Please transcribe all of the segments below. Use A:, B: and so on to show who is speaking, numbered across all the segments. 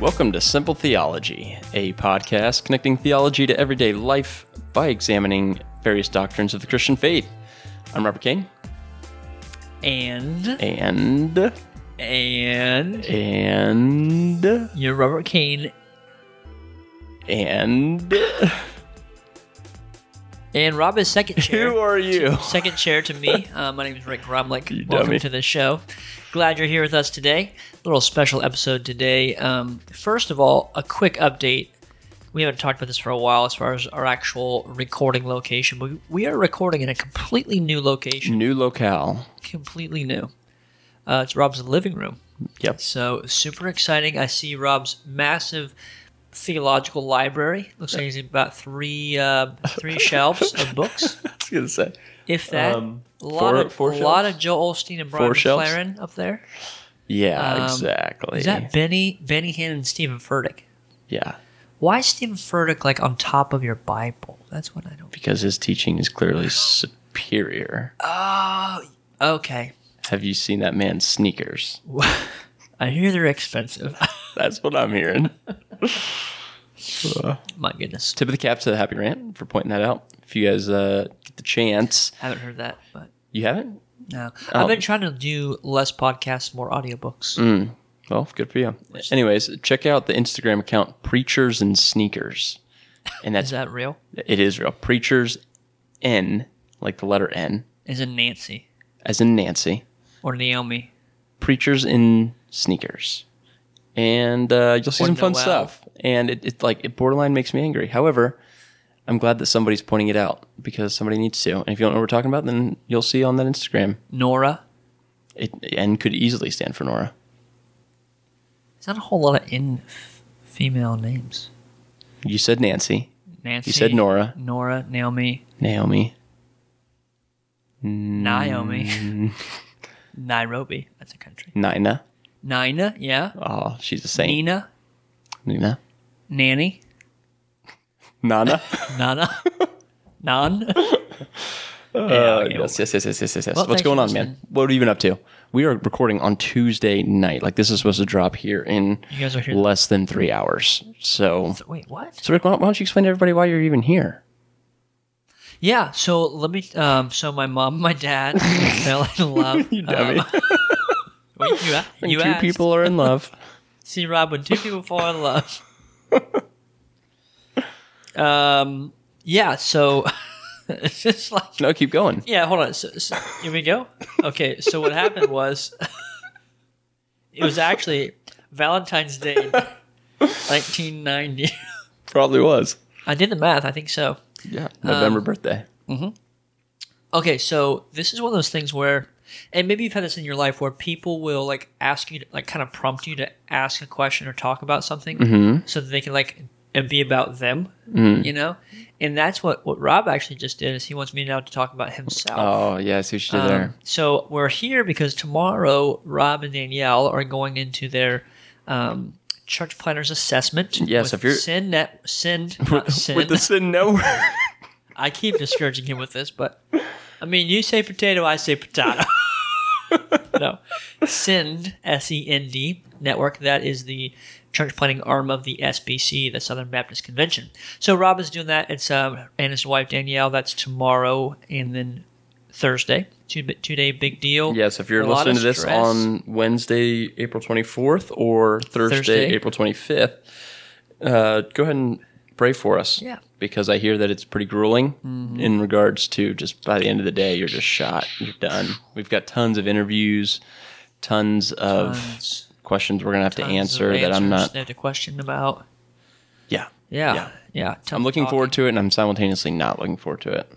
A: Welcome to Simple Theology, a podcast connecting theology to everyday life by examining various doctrines of the Christian faith. I'm Robert King,
B: And
A: and
B: and
A: and
B: you're Robert Kane
A: and
B: and Rob is second chair.
A: who are you?
B: Second chair to me. Uh, my name is Rick Romlick.
A: You
B: Welcome
A: dummy.
B: to the show. Glad you're here with us today. little special episode today. Um, first of all, a quick update. We haven't talked about this for a while as far as our actual recording location. We, we are recording in a completely new location.
A: New locale.
B: Completely new. Uh, it's Rob's living room.
A: Yep.
B: So super exciting. I see Rob's massive theological library. Looks like he's got about three uh, three shelves of books.
A: I was gonna say
B: If that
A: Um,
B: a lot,
A: four-
B: of,
A: four
B: a lot
A: shelves?
B: of Joel Olstein and Brian
A: Four shelves?
B: McLaren up there.
A: Yeah,
B: Um,
A: exactly.
B: Is that Benny Benny Hinn and Stephen Furtick?
A: yeah.
B: Why is Stephen Furtick like on top of your Bible? That's what I don't.
A: Because his teaching is clearly superior.
B: Oh, okay.
A: Have you seen that man's sneakers?
B: I hear they're expensive.
A: That's what I'm hearing.
B: My goodness,
A: Tip of the cap to the Happy Rant for pointing that out. If you guys uh, get the chance,
B: haven't heard that, but
A: you haven't?
B: no.
A: Oh. Mm.
B: I've been trying to do less podcasts, more audiobooks.
A: Well, good for you. Anyways, check out the Instagram account Preachers and Sneakers. And that's
B: Is that real?
A: it is real. Preachers N, like the letter N,
B: Is it Nancy
A: as in Nancy.
B: or Naomi?
A: Preachers in Sneakers. And uh, you'll see
B: Or
A: some fun
B: Noel.
A: stuff. And it, it like it borderline makes me angry. However, I'm glad that somebody's pointing it out because somebody needs to. And if you don't know what we're talking about, then you'll see on that Instagram.
B: Nora.
A: It and could easily stand for Nora.
B: There's not a whole lot of in f- female names.
A: You said Nancy,
B: Nancy.
A: You said Nora.
B: Nora, Naomi,
A: Naomi, Mm.
B: Naomi, Nairobi. That's a country.
A: Nina.
B: Nina, yeah.
A: Oh, she's a saint.
B: Nina,
A: Nina.
B: Nanny,
A: Nana.
B: Nana, Nan.
A: Uh,
B: okay,
A: yes, yes, yes, yes, yes, yes. yes.
B: Well,
A: What's
B: thanks for
A: going on, man?
B: listening.
A: What are you even up to? We are recording on Tuesday night. Like this is supposed to drop here in
B: You guys are here.
A: less than three hours. So,
B: Wait, what?
A: so Rick, why don't why don't you explain to everybody why you're even here?
B: Yeah. So let me. Um. So my mom, and my dad fell in love. you
A: dummy.
B: Um, wait, you, a-
A: When
B: you
A: two
B: asked.
A: people are in love.
B: See, Rob, when two people fall in love. um. Yeah. So it's just like
A: no, keep going.
B: yeah. Hold on. So, so- here we go. Okay. So what happened was, it was actually Valentine's Day, nineteen ninety.
A: Probably was.
B: I did the math. I think so.
A: Yeah,
B: Um,
A: November birthday.
B: Okay, so this is one of those things where, and maybe you've had this in your life where people will like ask you, to, like kind of prompt you to ask a question or talk about something,
A: Mm-hmm.
B: so that they can like and be about them, you know. And that's what what Rob actually just did is he wants me now to talk about himself.
A: Oh yeah, I see what you did
B: Um,
A: there.
B: so we're here because tomorrow Rob and Danielle are going into their um, church planners assessment.
A: Yes,
B: with
A: if you're-
B: sin net sin not sin.
A: With the sin no.
B: I keep discouraging him with this, but I mean, you say potato, I say potato. no, SEND S E N D network. That is the church planning arm of the SBC, the Southern Baptist Convention. So Rob is doing that. It's um, and his wife Danielle. That's tomorrow, and then Thursday. Two two day big deal.
A: Yes, if you're
B: A lot
A: listening
B: of
A: to this
B: stress.
A: on Wednesday, April 24th, or Thursday,
B: Thursday.
A: April 25th, uh, go ahead and pray for us.
B: Yeah. Mm-hmm.
A: Because I hear that it's pretty grueling in regards to just by the end of the day, you're just shot, you're done. We've got tons of interviews, tons of
B: Tons-
A: questions we're going to have to
B: tons of
A: answer that I'm
B: answers
A: not.
B: They have to question about.
A: Yeah.
B: Yeah,
A: Yeah.
B: yeah.
A: I'm looking
B: forward.
A: forward to it, and I'm simultaneously not looking forward to it.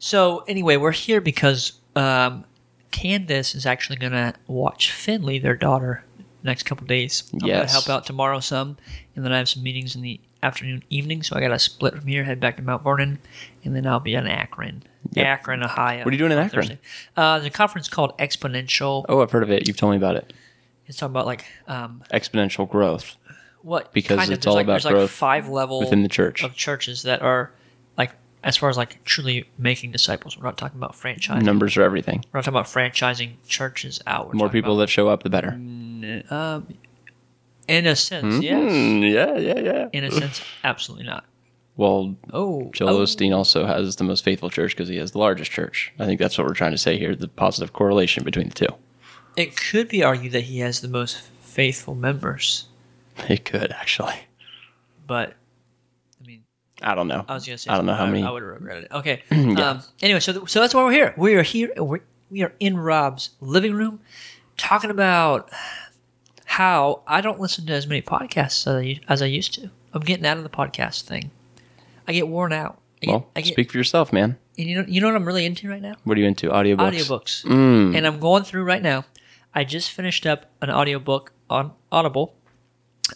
B: So anyway, we're here because um, Candace is actually going to watch Finley, their daughter, next couple days. I'm going
A: Yes.
B: to help out tomorrow some, and then I have some meetings in the afternoon, evening. So I got to split from here, head back to Mount Vernon, and then I'll be in Akron, Akron, Ohio.
A: What are you doing in
B: on
A: Akron?
B: Thursday. Uh, there's a conference called Exponential.
A: Oh, I've heard of it. You've told me about it.
B: It's talking about like um,
A: Exponential growth.
B: what
A: Because
B: kind of,
A: it's
B: there's
A: all
B: like,
A: about
B: there's like
A: growth
B: five level
A: within the church.
B: of churches that are like as far as like truly making disciples. We're not talking about franchising.
A: Numbers are everything.
B: We're not talking about franchising churches out. We're
A: The more
B: talking
A: people that show up, the better.
B: about, um, In a sense, yes.
A: Mm, yeah, yeah, yeah.
B: In a sense, absolutely not.
A: Well,
B: Oh,
A: Joel
B: oh,
A: Osteen also has the most faithful church because he has the largest church. I think that's what we're trying to say here the positive correlation between the two.
B: it could be argued that he has the most faithful members,
A: It could, actually.
B: but I mean,
A: I don't know.
B: I was gonna say
A: I don't know how
B: something,
A: many.
B: I would have regretted it. Okay. Um, anyway, so th- so that's why we're here. We are here. We're, we are in Rob's living room talking about how I don't listen to as many podcasts as I, u- as I used to. I'm getting out of the podcast thing. I get worn out. I get,
A: well,
B: I get,
A: speak for yourself, man.
B: and you know you know what I'm really into right now?
A: What are you into? Audiobooks.
B: Audiobooks.
A: Mm.
B: And I'm going through right now. I just finished up an audiobook on Audible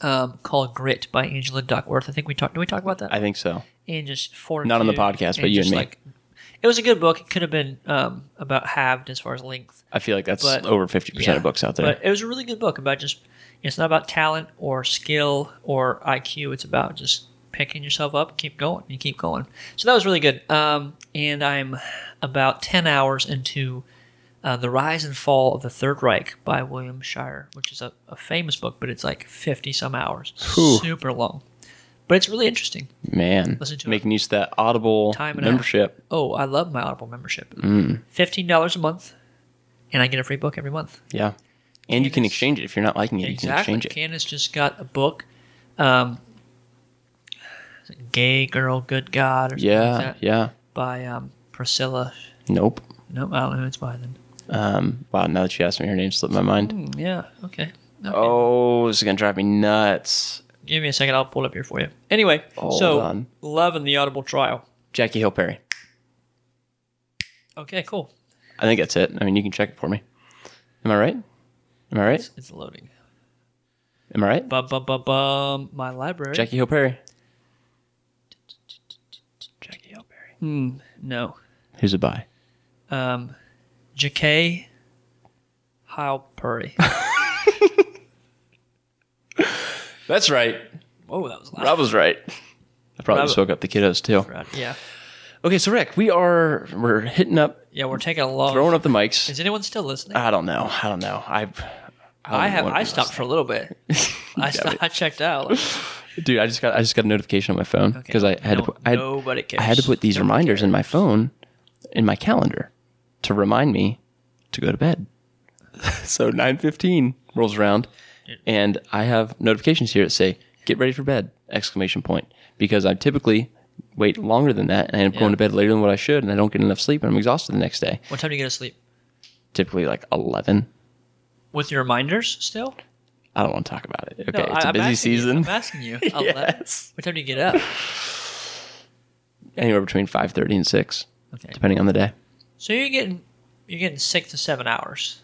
B: um, called Grit by Angela Duckworth. I think we talked. Did we talk about that?
A: I think so.
B: and just fortitude.
A: Not on the podcast, but you and
B: just,
A: me.
B: it was a good book. It could have been um, about halved as far as length.
A: I feel like that's
B: But-
A: over 50%
B: Yeah.
A: of books out there.
B: But it was a really good book about just. It's not about talent or skill or IQ. It's about just picking yourself up, keep going, and keep going. So that was really good. Um, and I'm about ten hours into uh, the Rise and Fall of the Third Reich by William Shire, which is a, a famous book, but it's like fifty some hours,
A: Whew.
B: super long. But it's really interesting.
A: man,
B: Listen to it.
A: making use of that Audible
B: Time and a half.
A: membership.
B: Oh, I love my Audible membership.
A: Mm.
B: Fifteen dollars a month, and I get a free book every month.
A: Yeah. And you can
B: Candace-
A: exchange it if you're not liking it. You can exchange it.
B: Candace just got a book. Um, is it Gay Girl, Good God, or something
A: Yeah,
B: like that,
A: yeah.
B: by um, Priscilla.
A: Nope.
B: No, I don't know who it's by then.
A: Um, wow, now that you asked me, her name slipped my mind.
B: Hmm, yeah, okay. okay.
A: Oh, this is going to drive me nuts.
B: Give me a second. I'll pull it up here for you. Anyway,
A: Hold
B: so
A: on.
B: love and the Audible trial.
A: Jackie Hill Perry.
B: Okay, cool.
A: I think that's it. I mean, you can check it for me. Am I right? Am I right?
B: It's loading.
A: Am I right?
B: Bum bum bum bum. My library.
A: Jackie Hill Perry. Jackie Hill Perry.
B: Hmm, no.
A: Who's a buy?
B: um, J.K. Halperi.
A: That's right.
B: Whoa, Oh, that was loud.
A: Rob was right. I probably
B: Rob-
A: just woke up the kiddos too.
B: Right, Yeah,
A: Okay, so Rick, we are we're hitting up,
B: yeah, we're taking a long.
A: throwing up the mics.
B: Is anyone still listening?
A: I don't know. I don't know. I
B: I have. I stopped for a little bit. I,
A: Yeah,
B: st- I checked out. Like,
A: Dude, I just got I just got a notification on my phone
B: okay,
A: because I had to
B: no-
A: put, I had,
B: nobody cares.
A: I had to put these reminders in my phone in my calendar to remind me to go to bed. so 9:15 rolls around and I have notifications here that say get ready for bed exclamation point because I typically wait longer than that and I end up going to bed later than what I should and I don't get enough sleep and I'm exhausted the next day.
B: What time do you get to sleep?
A: Typically like 11.
B: With your reminders still?
A: I don't want to talk about it.
B: No,
A: Okay, it's a
B: I- I'm
A: busy
B: asking you-
A: season.
B: I'm asking you.
A: Yes.
B: What time do you get up?
A: Anywhere between 5:30 and 6
B: Okay.
A: depending on the day.
B: So you're getting you're getting six to seven hours,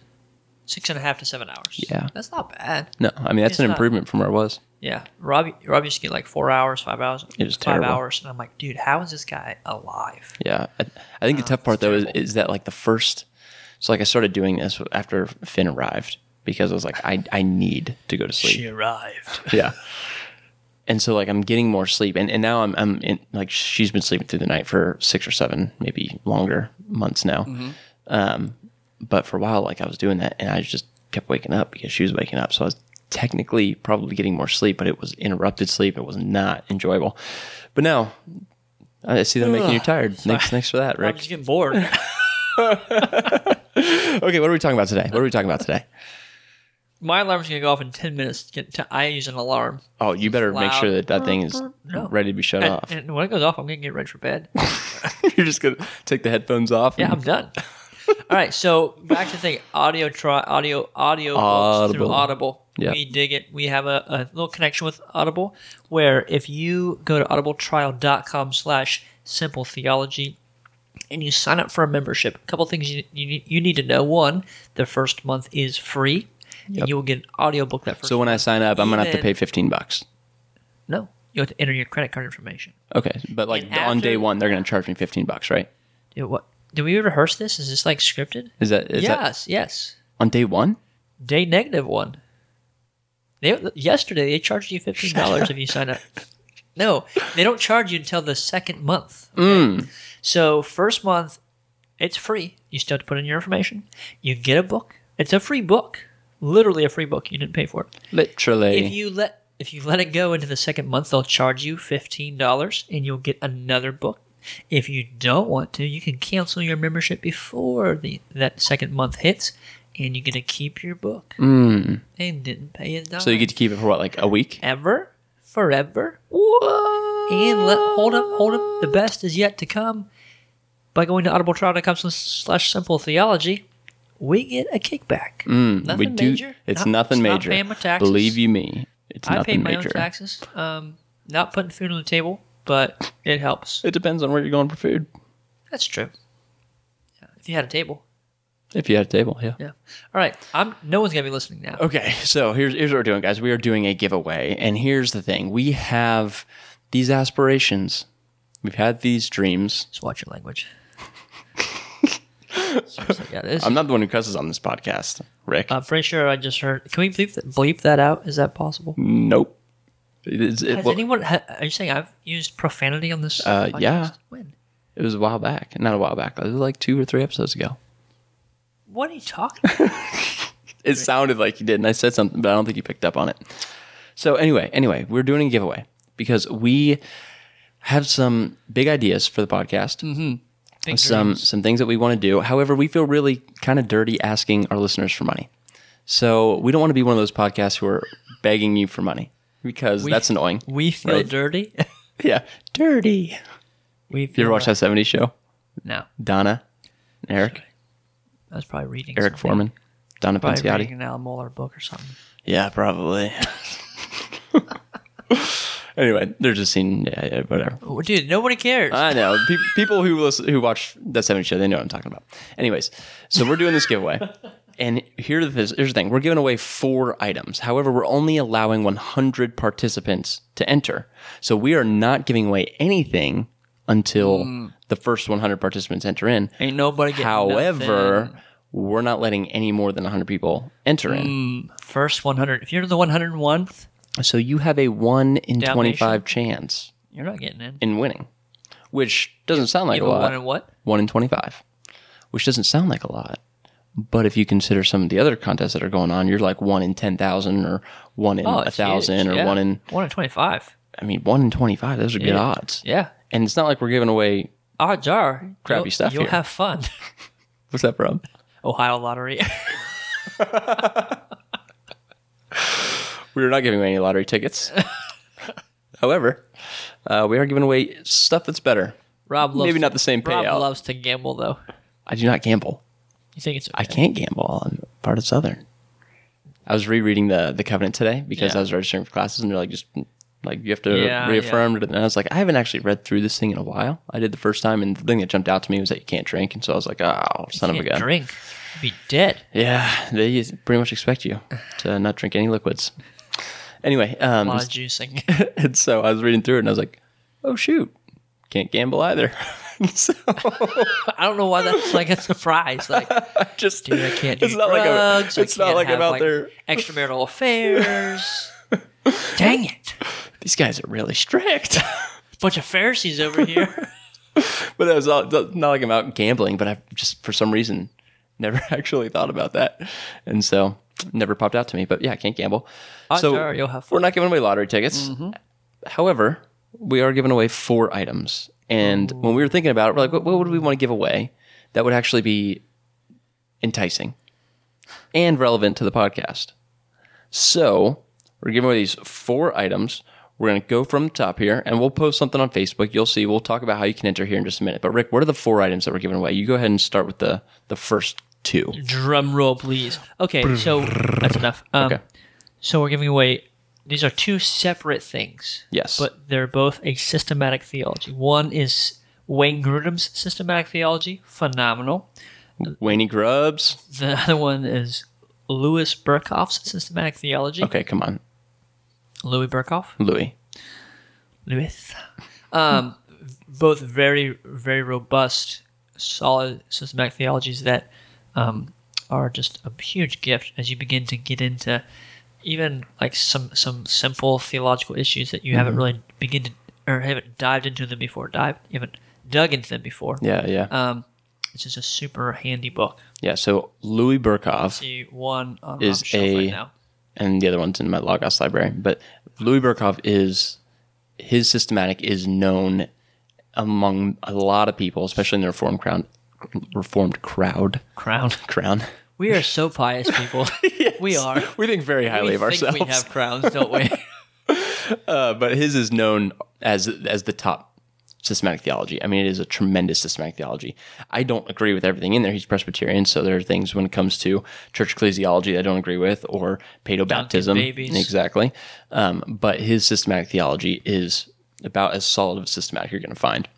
B: six and a half to seven hours.
A: Yeah.
B: that's not bad.
A: No, I mean that's
B: It's
A: an
B: not-
A: improvement from where I was.
B: Yeah, Rob, Rob used to get like four hours, five hours,
A: It was
B: five
A: terrible.
B: hours, and I'm like, dude, how is this guy alive?
A: Yeah, I, I think the tough part though is, is that like the first. So like I started doing this after Finn arrived because I was like I I need to go to sleep.
B: She arrived.
A: Yeah. And so like I'm getting more sleep and, and now I'm I'm in like she's been sleeping through the night for six or seven, maybe longer months now.
B: Mm-hmm.
A: Um but for a while like I was doing that and I just kept waking up because she was waking up. So I was technically probably getting more sleep, but it was interrupted sleep. It was not enjoyable. But now I see that I'm making you tired. Thanks thanks for that,
B: I'm
A: Rick.
B: just getting bored.
A: Okay, what are we talking about today? What are we talking about today?
B: My alarm's gonna go off in ten minutes. to Get to, I use an alarm,
A: Oh, you better make sure that that thing is
B: No.
A: ready to be shut
B: and,
A: off.
B: and when it goes off, I'm gonna get ready for bed.
A: You're just gonna take the headphones off.
B: Yeah,
A: and-
B: I'm done. All right, so back to the thing audio try audio audio books through
A: Audible.
B: Audible.
A: Yeah.
B: We dig it. We have a, a little connection with Audible where if you go to audibletrial.com slash simple theology and you sign up for a membership, a couple things you, you, need- you need to know. One, the first month is free and you will get an audiobook that first
A: So when I sign up, I'm gonna have to
B: Even-
A: pay fifteen bucks.
B: No, you have to enter your credit card information.
A: Okay, but like
B: And
A: on day
B: after-
A: one, they're gonna charge me fifteen bucks, right?
B: Dude, what? Did we rehearse this? Is this like scripted?
A: Is that is that
B: yes, yes.
A: on day one?
B: Day negative one. They, yesterday they charged you fifteen dollars if you sign up. No, they don't charge you until the second month.
A: Mm,
B: okay? So first month, it's free. You still have to put in your information. You get a book. It's a free book. literally a free book. You didn't pay for it.
A: Literally.
B: If you let if you let it go into the second month, they'll charge you fifteen dollars, and you'll get another book. If you don't want to, you can cancel your membership before the that second month hits, and you get to keep your book.
A: Mm.
B: And didn't pay a dollar.
A: So you get to keep it for what, like a week?
B: ever, forever. And let hold up, hold up. The best is yet to come. By going to audibletrial.com slash simple theology, we get a kickback.
A: Mm,
B: Nothing
A: we do.
B: major.
A: It's
B: Not-
A: nothing
B: it's not
A: major.
B: paying my taxes.
A: Believe you me, it's
B: I
A: nothing
B: paid my
A: major.
B: own taxes. Um, not putting food on the table, but it helps.
A: It depends on where you're going for food.
B: That's true. Yeah, if you had a table,
A: If you had a table, yeah.
B: yeah. All right, I'm. No one's gonna be listening now.
A: Okay, so here's here's what we're doing, guys. We are doing a giveaway, and here's the thing: we have these aspirations. We've had these dreams.
B: Just watch your language. Seriously, yeah, this-
A: I'm not the one who cusses on this podcast, Rick.
B: I'm pretty sure I just heard. Can we bleep that, bleep that out? Is that possible?
A: nope. It, is- it-
B: Has
A: well,
B: anyone? Ha, are you saying I've used profanity on this?
A: Uh,
B: podcast?
A: yeah.
B: When?
A: it was a while back, not a while back. It was like two or three episodes ago.
B: What are you talking? about?
A: It sounded like you did, and I said something, but I don't think you picked up on it. So anyway, anyway, we're doing a giveaway because we have some big ideas for the podcast.
B: Big
A: some
B: Mm-hmm. dreams.
A: some things that we want to do. However, we feel really kind of dirty asking our listeners for money. So we don't want to be one of those podcasts who are begging you for money because that's annoying.
B: We feel
A: Right.
B: dirty.
A: Yeah, dirty.
B: we feel
A: You ever watch that '70s show?
B: No,
A: Donna, and Eric,
B: I was probably reading.
A: Eric
B: something.
A: Foreman, Donna
B: Probably
A: Panciotti.
B: reading an Al Mohler book or something.
A: Yeah, probably. anyway, they're just seeing yeah, yeah, whatever.
B: Oh, dude, nobody cares.
A: I know Pe- people who listen, who watch that '70s show. They know what I'm talking about. Anyways, so we're doing this giveaway, and here this, here's the thing: we're giving away four items. However, we're only allowing 100 participants to enter, so we are not giving away anything until
B: Mm.
A: the first 100 participants enter in.
B: Ain't nobody. Getting
A: However,
B: nothing.
A: we're not letting any more than 100 people enter
B: Mm.
A: in.
B: first 100. If you're the 101th,
A: So you have a one in
B: Dalmatian?
A: 25 chance
B: you're not getting in.
A: in winning, which doesn't sound like
B: You
A: a
B: have a
A: lot.
B: one in what?
A: 1 in 25, which doesn't sound like a lot. But if you consider some of the other contests that are going on, you're like 1 in 10,000 or 1 in a
B: Oh, it's
A: 1,000
B: huge.
A: or
B: Yeah.
A: 1 in,
B: one in 25.
A: I mean, 1 in 25. Those are good odds.
B: Yeah,
A: And it's not like we're giving away,
B: odds are
A: Crappy
B: you'll-
A: stuff
B: You'll
A: here.
B: have fun.
A: what's that from?
B: Ohio lottery.
A: We are not giving away any lottery tickets. However, uh, we are giving away stuff that's better.
B: Rob loves
A: Maybe not the same
B: Rob
A: payout.
B: loves to gamble though.
A: I do not gamble.
B: You think it's
A: I can't gamble. I'm part of Southern. I was rereading the the covenant today because
B: Yeah.
A: I was registering for classes, and they're like, just like you have to
B: Yeah,
A: reaffirm. And I was like, I haven't actually read through this thing in a while. I did the first time, and the thing that jumped out to me was that you can't drink, and so I was like, oh, son of a
B: can't
A: gun.
B: drink? You'd be dead.
A: Yeah, they pretty much expect you to not drink any liquids. Anyway, um,
B: A lot of juicing.
A: and so I was reading through it, and I was like, oh shoot, can't gamble either. And so
B: I don't know why that's like a surprise. Like,
A: I just
B: dude, I can't do
A: it's not like a-
B: drugs. I
A: it's not
B: can't
A: like I'm
B: have,
A: out there.
B: extramarital affairs. Dang it!
A: These guys are really strict.
B: Bunch of Pharisees over here.
A: but it was all, not like I'm out gambling, but I've just for some reason never actually thought about that, and so never popped out to me. But yeah, I can't gamble.
B: Odds
A: so
B: are you'll have fun. Mm-hmm.
A: we're not giving away lottery tickets. However, we are giving away four items, and when we were thinking about it, we're like, what, what would we want to give away that would actually be enticing and relevant to the podcast? So we're giving away these four items. We're going to go from the top here and we'll post something on Facebook. You'll see. We'll talk about how you can enter here in just a minute. But Rick, what are the four items that we're giving away? You go ahead and start with the, the first two.
B: Drum roll, please. Okay, so that's enough. Um,
A: Okay.
B: So we're giving away. These are two separate things.
A: Yes.
B: But they're both a systematic theology. One is Wayne Grudem's systematic theology, phenomenal.
A: Wayne Grubbs.
B: The other one is Louis Burkhoff's systematic theology.
A: Okay, come on.
B: Louis Burkhoff.
A: Louis.
B: Louis. Um, both very, very robust, solid systematic theologies that um, are just a huge gift as you begin to get into even like some some simple theological issues that you haven't really begin to or haven't dived into them before, dive, you haven't dug into them before.
A: Yeah, yeah.
B: Um, It's just a super handy book.
A: Yeah. So Louis Burkhoff
B: The one on
A: Is
B: my shelf
A: a-
B: right now.
A: and the other one's in my Logos library, but Louis Burkhoff is his systematic is known among a lot of people, especially in the reformed crowd. Reformed crowd,
B: Crown.
A: crown.
B: We are so pious people. We are.
A: We think very highly
B: we
A: of
B: think
A: ourselves.
B: We have crowns, don't we?
A: Uh, but his is known as as the top systematic theology. I mean, it is a tremendous systematic theology. I don't agree with everything in there. He's Presbyterian, so there are things when it comes to church ecclesiology that I don't agree with, or paedobaptism,
B: babies.
A: exactly. Um, but his systematic theology is about as solid of a systematic you're going to find.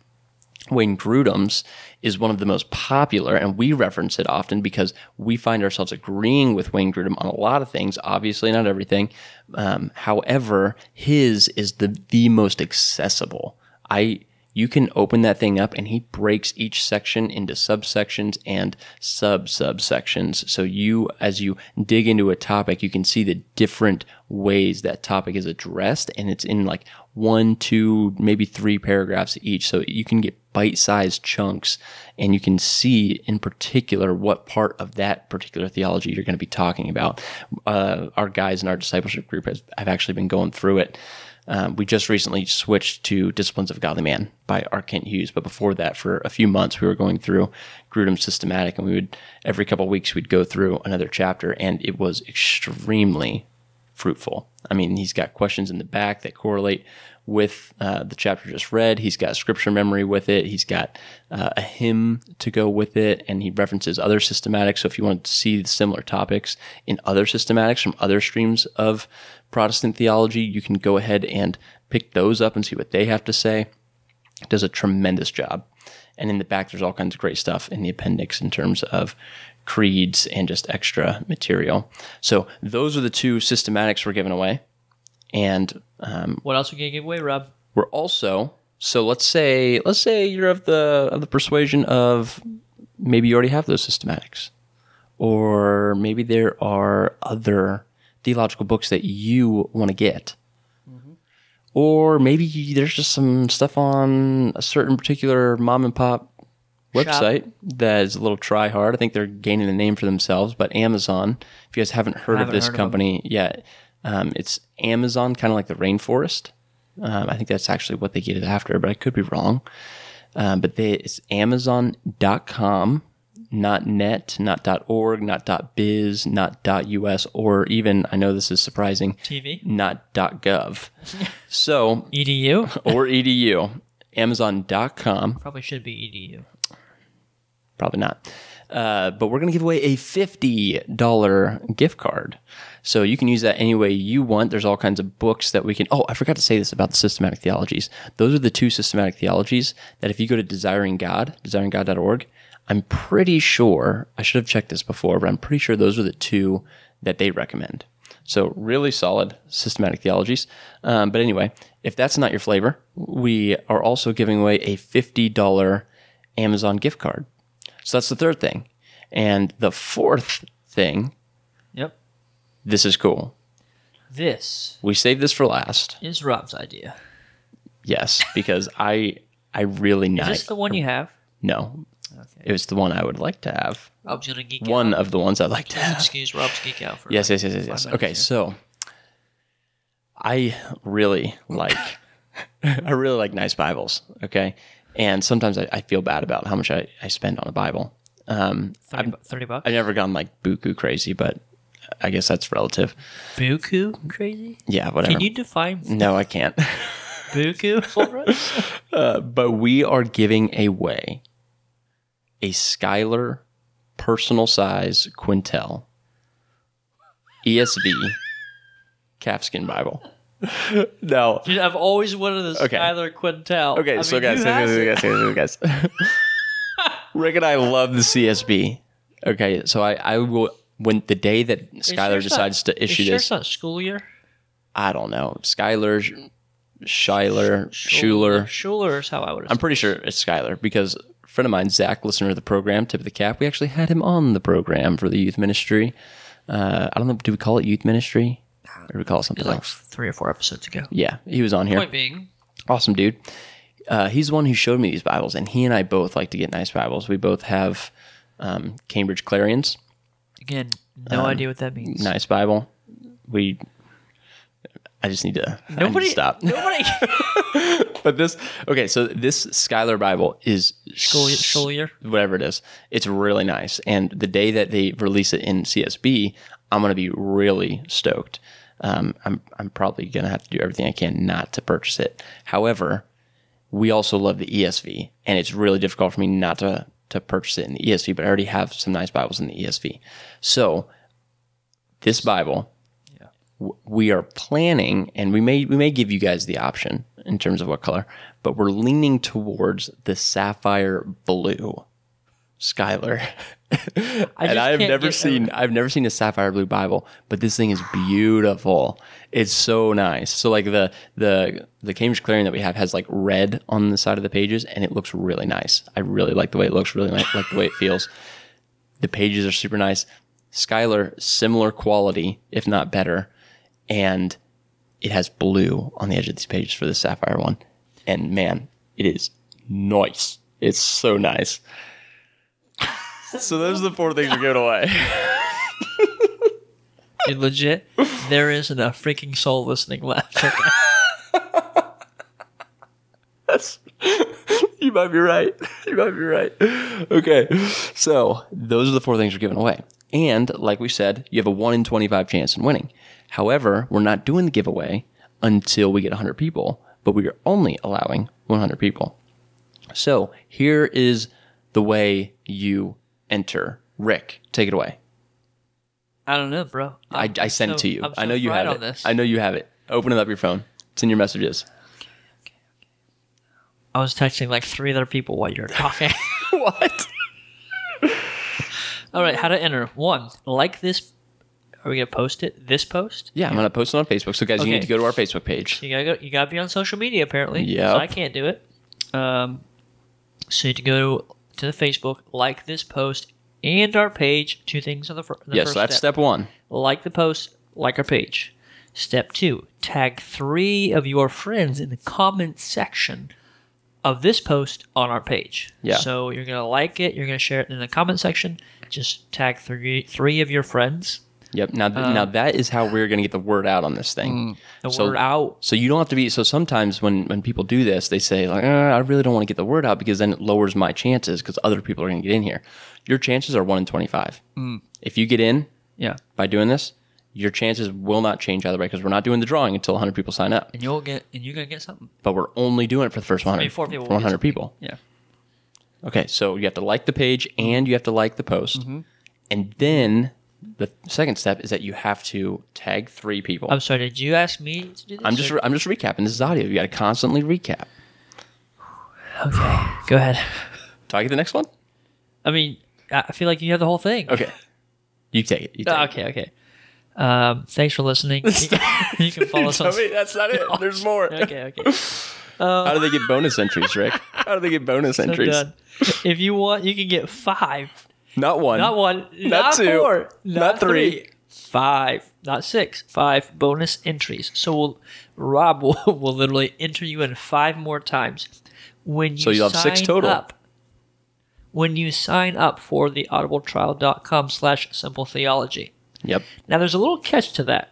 A: Wayne Grudem's is one of the most popular, and we reference it often because we find ourselves agreeing with Wayne Grudem on a lot of things. Obviously, not everything. Um, however, his is the the most accessible. I you can open that thing up, and he breaks each section into subsections and sub subsections. So you, as you dig into a topic, you can see the different ways that topic is addressed, and it's in like one, two, maybe three paragraphs each. So you can get bite sized chunks and you can see in particular what part of that particular theology you're going to be talking about. Uh, our guys in our discipleship group has, have actually been going through it. Um, we just recently switched to Disciplines of Godly Man by R. Kent Hughes, but before that, for a few months, we were going through Grudem Systematic, and we would every couple of weeks we'd go through another chapter, and it was extremely fruitful. I mean, he's got questions in the back that correlate with uh, the chapter just read. He's got scripture memory with it. He's got uh, a hymn to go with it, and he references other systematics. So if you want to see the similar topics in other systematics from other streams of Protestant theology, you can go ahead and pick those up and see what they have to say does a tremendous job. And in the back, there's all kinds of great stuff in the appendix in terms of creeds and just extra material. So those are the two systematics we're giving away. And um,
B: what else we gonna give away, Rob?
A: we're also so let's say let's say you're of the of the persuasion of maybe you already have those systematics, or maybe there are other theological books that you want to get
B: Mm-hmm.
A: or maybe there's just some stuff on a certain particular mom and pop website that is a little try hard. I think they're gaining a name for themselves, but Amazon, if you guys haven't heard of
B: haven't
A: this
B: heard of 'em.
A: company yet, um, it's Amazon, kind of like the rainforest. Um, I think that's actually what they get it after, but I could be wrong. Um, but they, it's Amazon.com, not net, not dot .org, not dot .biz, not dot .us, or even, I know this is surprising,
B: TV?
A: not dot .gov. so
B: E Edu?
A: or E edu amazon.com
B: Probably should be E edu.
A: probably not uh, but we're going to give away a $50 gift card so you can use that any way you want there's all kinds of books that we can oh i forgot to say this about the systematic theologies those are the two systematic theologies that if you go to desiring god desiringgod.org i'm pretty sure i should have checked this before but i'm pretty sure those are the two that they recommend so really solid systematic theologies. Um, but anyway, if that's not your flavor, we are also giving away a fifty dollar Amazon gift card. So that's the third thing, and the fourth thing.
B: Yep.
A: This is cool.
B: This
A: We saved this for last.
B: is Rob's idea.
A: Yes, because I I really
B: Is
A: not
B: this the one you have?
A: no. It was the one I would like to have.
B: Rob's gonna geek out.
A: One of the ones I'd like to have.
B: Excuse Rob's geek out for
A: Yes, yes, yes, yes, yes.
B: minutes
A: Okay,
B: here.
A: so I really like I really like nice Bibles. Okay, and sometimes I, I feel bad about how much I, I spend on a Bible. Um,
B: 30, bu- 30 bucks.
A: I've never gone like buku crazy, but I guess that's relative.
B: Buku crazy?
A: Yeah, whatever.
B: Can you define
A: no, I can't.
B: Buku for us?
A: but we are giving away a Skylar personal size Quintel E ESV calfskin Bible. no.
B: Dude, I've always wanted this
A: Okay.
B: Skylar Quintel.
A: Okay,
B: I
A: so
B: mean,
A: guys,
B: you
A: so
B: have
A: guys,
B: it.
A: so guys, so guys, Rick and I love the CSB. Okay, so I, I will when the day that
B: Are you
A: Skylar
B: sure it's
A: decides
B: not-
A: to issue
B: you sure
A: this,
B: It's not school year.
A: I don't know. Skylar, Shyler, Schuler,
B: Schuler is how I would.
A: I'm pretty sure it's Skylar because a friend of mine, Zach, listener of the program, tip of the cap. We actually had him on the program for the youth ministry. Uh, I don't know. Do we call it youth ministry? Or do we call it something
B: like
A: else?
B: three or four episodes ago.
A: Yeah, he was on here.
B: Point being,
A: Awesome dude. uh, he's the one who showed me these Bibles, and he and I both like to get nice Bibles. We both have um, Cambridge Clarions,
B: Again, no
A: Um,
B: idea what that means.
A: nice Bible. We, I just need to I need to
B: Nobody
A: stop.
B: Nobody.
A: but this okay so this skylar bible is
B: Schol- Scholier?
A: whatever it is it's really nice and the day that they release it in csb i'm going to be really stoked um, I'm, I'm probably going to have to do everything i can not to purchase it however we also love the esv and it's really difficult for me not to to purchase it in the esv but i already have some nice bibles in the esv so this bible w- we are planning and we may we may give you guys the option in terms of what color but we're leaning towards the sapphire blue skylar and
B: just
A: i have
B: can't
A: never
B: get
A: seen i've never seen a sapphire blue bible but this thing is beautiful it's so nice so like the the the cambridge clearing that we have has like red on the side of the pages and it looks really nice i really like the way it looks really like, like the way it feels the pages are super nice. Skylar, similar quality, if not better. And it has blue on the edge of these pages for the sapphire one. And man, it is nice. It's so nice. so those are the four things we're giving away.
B: Dude, legit, there isn't a freaking soul listening left.
A: That's, you might be right. You might be right. Okay. So those are the four things we're giving away. And like we said, you have a one in 25 chance in winning. However, we're not doing the giveaway until we get 100 people, but we are only allowing 100 people. So here is the way you enter. Rick, take it away.
B: I don't know, bro.
A: I, I sent it to you.
B: i
A: I know you have it.
B: On this.
A: I
B: I,
A: know you have it. Open it up your phone. It's in your messages.
B: was texting like three other people while you were talking.
A: what?
B: All right, how to enter? One, like this. Are we gonna post it? This post?
A: Yeah, I'm gonna post it on Facebook. So guys, you
B: Okay.
A: need to go to our Facebook page.
B: You gotta go, you gotta be on social media apparently.
A: Yep.
B: So I can't do it. Um, so you need to go to the Facebook, like this post and our page. Two things on the, fir- the
A: Yes,
B: first
A: so that's
B: step.
A: step, one.
B: like the post, like our page. Step two, tag three of your friends in the comment section of this post on our page.
A: Yeah.
B: So you're gonna like it, you're gonna share it in the comment section. Just tag three three of your friends.
A: Yep. Now, th-
B: Um,
A: now that is how we're going to get the word out on this thing.
B: The
A: So-
B: word out.
A: So you don't have to be. So sometimes when when people do this, they say like, "Uh, I really don't want to get the word out because then it lowers my chances because other people are going to get in here. Your chances are one in twenty five.
B: Mm.
A: If you get in
B: Yeah.
A: by doing this, your chances will not change either way because we're not doing the drawing until one hundred people sign up.
B: And you'll get and you're gonna get something.
A: But we're only doing it for the first one hundred.
B: Maybe four people will
A: One hundred people.
B: Yeah.
A: Okay, so you have to like the page
B: Mm-hmm.
A: and you have to like the post. And then the second step is that you have to tag three people.
B: I'm sorry, did you ask me to do this?
A: I'm just
B: or-
A: I'm just recapping. This is audio. You got to constantly recap.
B: Okay. Go ahead.
A: Talk to the next one.
B: I mean, I I feel like you have the whole thing.
A: Okay, you take it. You take
B: Ah,
A: it.
B: Okay, okay. Um, thanks for listening. You can, you can follow us on
A: Wait, that's not it. There's more.
B: Okay, okay.
A: How do they get bonus entries, Rick? How do they get bonus
B: I'm
A: entries?
B: done. If you want, you can get five.
A: Not one.
B: Not one. Not,
A: two,
B: Four,
A: not
B: not,
A: three.
B: three. Five. Not six. Five bonus entries. So we'll, Rob will, will literally enter you in five more times. When you
A: So you'll have
B: sign
A: six total.
B: Up, when you sign up for the audibletrial.com slash simple theology.
A: Yep.
B: Now, there's a little catch to that,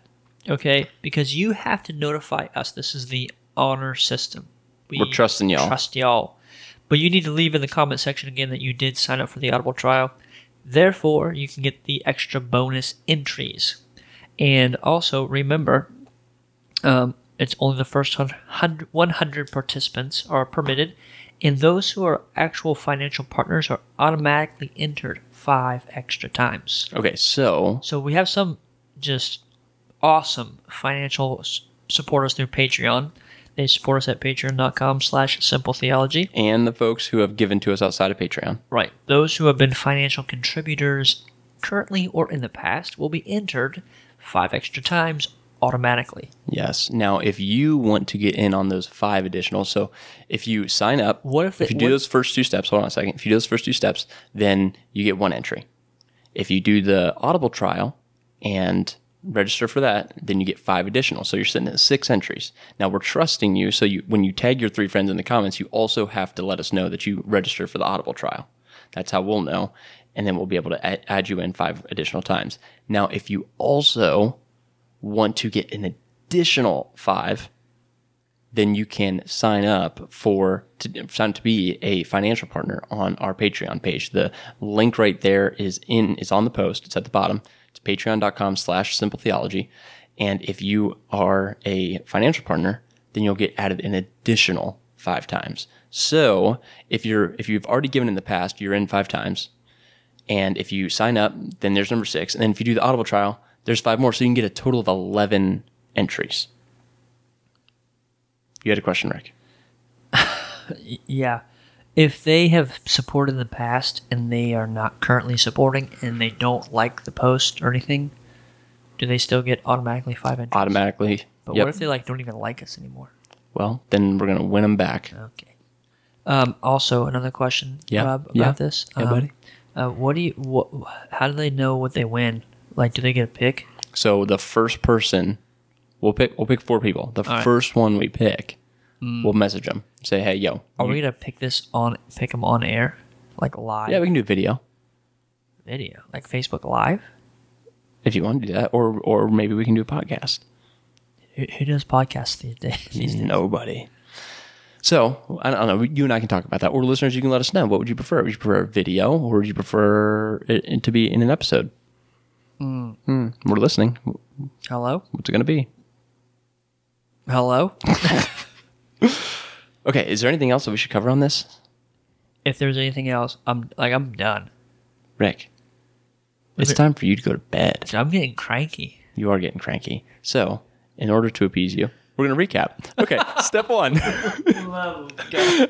B: okay? Because you have to notify us. This is the honor system. We
A: We're trusting y'all.
B: Trust y'all. But you need to leave in the comment section again that you did sign up for the Audible trial. Therefore, you can get the extra bonus entries. And also, remember, um, it's only the first 100, 100 participants are permitted, and those who are actual financial partners are automatically entered five extra times.
A: Okay, so
B: So we have some just awesome financial s- supporters through Patreon. They support us at patreon.com slash simple theology.
A: and the folks who have given to us outside of Patreon.
B: Right. Those who have been financial contributors currently or in the past will be entered five extra times automatically.
A: Yes. Now, if you want to get in on those five additional, so if you sign up,
B: What if
A: if
B: it-
A: you do
B: what-
A: those first two steps? Hold on a second. If you do those first two steps, then you get one entry. If you do the Audible trial and register for that, then you get five additional. So you're sitting at six entries. Now we're trusting you. So you, when you tag your three friends in the comments, you also have to let us know that you register for the Audible trial. That's how we'll know. And then we'll be able to add, add you in five additional times. Now, if you also want to get an additional five, then you can sign up for to sign up to be a financial partner on our Patreon page. The link right there is in is on the post. It's at the bottom. It's patreon.com slash simple theology. And if you are a financial partner, then you'll get added an additional five times. So if you're if you've already given in the past, you're in five times. And if you sign up, then there's number six. And then if you do the Audible trial, there's five more. So you can get a total of 11 entries. You had a question, Rick.
B: Yeah. If they have supported in the past and they are not currently supporting and they don't like the post or anything, do they still get automatically five entries?
A: Automatically.
B: But
A: Yep.
B: what if they like don't even like us anymore?
A: well, then we're going to win them back.
B: Okay. Um, also, another question,
A: Yeah,
B: Rob, about
A: yeah.
B: this.
A: Yeah,
B: Um,
A: buddy.
B: Uh, what do you? What? How do they know what they win? Like, do they get a pick?
A: So the first person, we'll pick, we'll pick four people. The
B: right. Hmm.
A: first one we pick, we'll message them. Say, hey, yo.
B: Are we gonna pick this on? Pick them on air, like live
A: Yeah, we can do video
B: video, like Facebook Live.
A: if you want to do that. Or, or maybe we can do a podcast.
B: Who, who does podcasts these days? These days?
A: Nobody. So I don't know. You and I can talk about that, or listeners, you can let us know. What would you prefer? Would you prefer a video, or would you prefer it it to be in an episode? Hmm. We're listening.
B: Hello,
A: What's it going to be?
B: hello.
A: Okay. Is there anything else that we should cover on this,
B: if there's anything else, I'm like I'm done.
A: Rick? It's
B: there-
A: time for you to go to bed.
B: I'm getting cranky.
A: You are getting cranky. So, in order to appease you, we're going to recap. Okay. step one to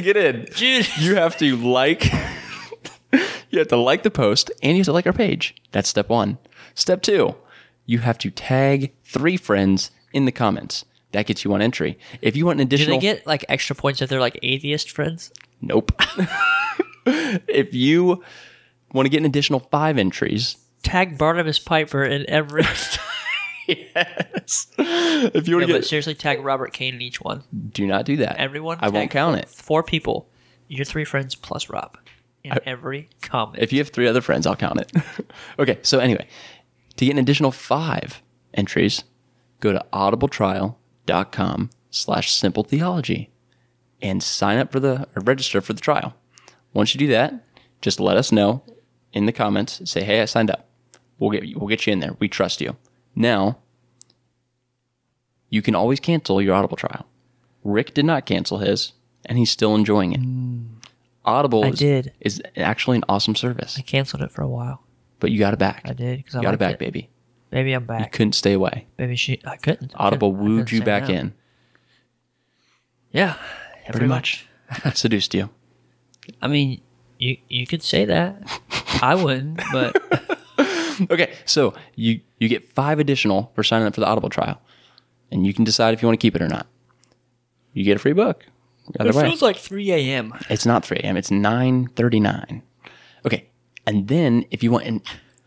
A: get in.
B: Dude,
A: you have to like you have to like the post and you have to like our page that's step one step two you have to tag three friends in the comments that gets you one entry if you want an
B: do
A: additional
B: they get like extra points if they're like atheist friends?
A: nope if you want to get an additional five entries
B: Tag Barnabas Piper in every.
A: yes if you
B: no,
A: want to
B: but
A: get
B: seriously, tag Robert Kane in each one.
A: do not do that
B: Everyone,
A: i won't
B: tag
A: count
B: four-
A: it
B: Four people, your three friends plus Rob, in every comment.
A: If you have three other friends, I'll count it. okay, so anyway, to get an additional five entries, go to audibletrial.com slash simple theology and sign up for the or register for the trial. Once you do that, just let us know in the comments. Say, hey, I signed up. We'll get you, we'll get you in there. We trust you. Now, you can always cancel your Audible trial. Rick did not cancel his, and he's still enjoying it. Audible
B: Mm. I
A: is,
B: did.
A: is actually an awesome service
B: I canceled it for a while.
A: but you got it back.
B: I did because I
A: You got it
B: liked
A: back,
B: it.
A: baby.
B: Maybe I'm
A: You
B: back.
A: couldn't stay away.
B: Maybe she. I couldn't. I
A: Audible
B: couldn't- I couldn't
A: wooed you
B: say
A: back
B: no.
A: in,
B: Yeah,
A: pretty much. Seduced you.
B: I mean, you you could say that. I wouldn't, but
A: Okay, so you you get five additional for signing up for the Audible trial, and you can decide if you want to keep it or not. You get a free book. Either
B: it
A: way,
B: feels like 3 a.m.
A: it's not three a.m. It's nine thirty-nine. Okay, and then if you want an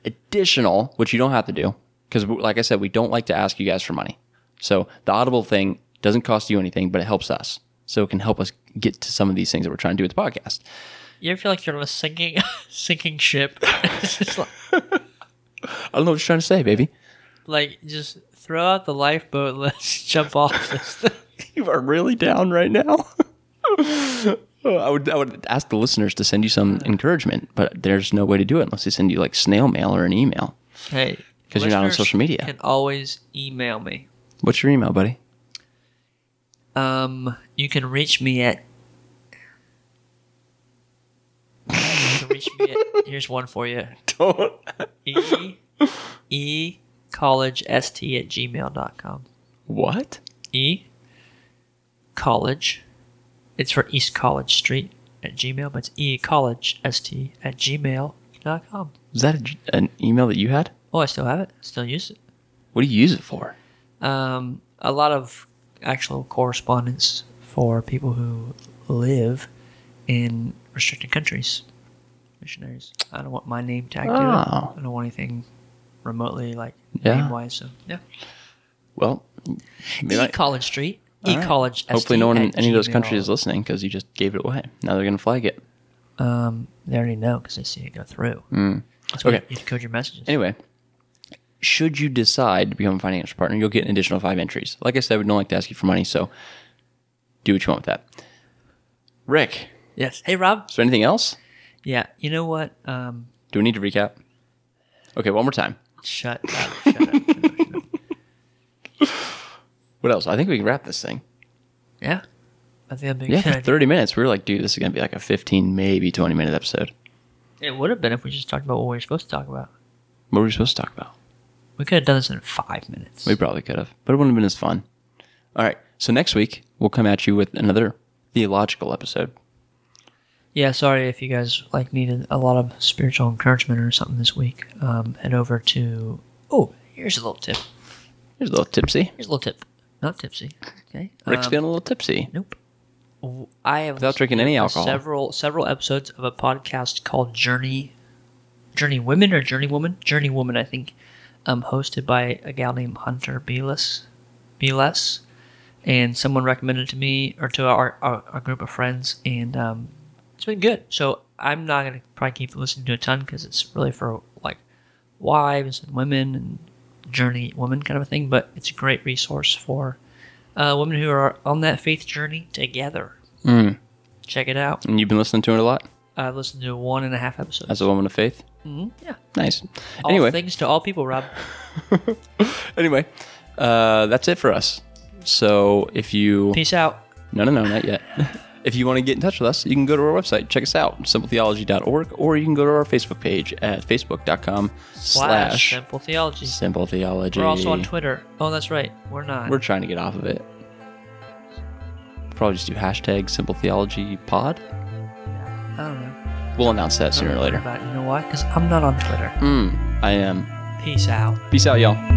A: additional, which you don't have to do, because like I said, we don't like to ask you guys for money. So the Audible thing doesn't cost you anything, but it helps us. So it can help us get to some of these things that we're trying to do with the podcast.
B: You ever feel like you're on a sinking sinking ship? It's just like,
A: I don't know what you're trying to say, baby.
B: like, just throw out the lifeboat. Let's jump off this thing.
A: You are really down right now. I would I would ask the listeners to send you some encouragement, but there's no way to do it unless they send you like snail mail or an email.
B: Hey,
A: 'Cause you're not on
B: listeners
A: social media.
B: Can always email me.
A: What's your email, buddy?
B: Um, you can reach me at. You can reach me at. Here's one for you.
A: Don't
B: E E college st at gmail.com.
A: what?
B: E college. It's for East College Street at Gmail, but it's E college st at gmail.com.
A: Is that a g an email that you had?
B: Oh, I still have it. Still use it.
A: What do you use it for?
B: Um, a lot of actual correspondence for people who live in restricted countries, missionaries. I don't want my name tag to it.
A: Oh.
B: I don't want anything remotely like
A: Yeah.
B: name wise. So yeah,
A: Well, maybe
B: e
A: I-
B: College Street, e
A: all right.
B: College.
A: Hopefully, no one in any of those countries is listening because you just gave it away. Now they're going to flag it.
B: Um, they already know because they see it go through.
A: Hmm.
B: That's why
A: Okay.
B: you encode your messages.
A: Anyway, should you decide to become a financial partner, you'll get an additional five entries. Like I said, we don't like to ask you for money, so do what you want with that. Rick,
B: yes. Hey, Rob.
A: is there anything else?
B: Yeah. You know what? Um,
A: Do we need to recap? Okay, one more time.
B: shut up. Shut up. shut up, shut up.
A: What else? I think we can wrap this thing.
B: Yeah. I think that'd be a
A: Yeah,
B: good
A: for
B: idea.
A: 30 minutes. We were like, dude, this is going to be like a 15, maybe 20 minute episode.
B: It would have been if we just talked about what we were supposed to talk about.
A: What were we supposed to talk about?
B: We could have done this in five minutes.
A: We probably could have, but it wouldn't have been as fun. All right. So next week, we'll come at you with another theological episode.
B: Yeah, sorry if you guys like needed a lot of spiritual encouragement or something this week. Um, head over to oh, here's a little tip.
A: Here's a little tipsy.
B: Here's a little tip. Not tipsy. Okay.
A: Rick's
B: Um,
A: feeling a little tipsy.
B: Nope. W- I have
A: Without drinking any alcohol.
B: Several several episodes of a podcast called Journey, Journey Women or Journey Woman, Journey Woman, I think, um, hosted by a gal named Hunter Beles, Beles, and someone recommended it to me or to our our, our group of friends, and um, it's been good. So I'm not gonna probably keep listening to a ton because it's really for like wives and women and journey women kind of a thing, but it's a great resource for uh, women who are on that faith journey together.
A: Mm.
B: Check it out.
A: And you've been listening to it a lot
B: I've listened to one and a half episodes.
A: as a woman of faith.
B: Mhm, Yeah.
A: Nice.
B: All
A: Uh, anyway,
B: things to all people, Rob.
A: anyway, uh, that's it for us. So if you
B: Peace out.
A: no no no not yet. if you want to get in touch with us, you can go to our website, check us out, simpletheology.org, or you can go to our Facebook page at facebook.com
B: Slash
A: slash
B: Simple Theology.
A: simple theology.
B: We're also on Twitter. Oh, that's right. We're not.
A: We're trying to get off of it. Probably just do hashtag simple theology pod.
B: I don't know.
A: We'll announce that sooner or later.
B: But you know why? Because I'm not on Twitter.
A: Mm, I am.
B: Peace out.
A: Peace out, y'all.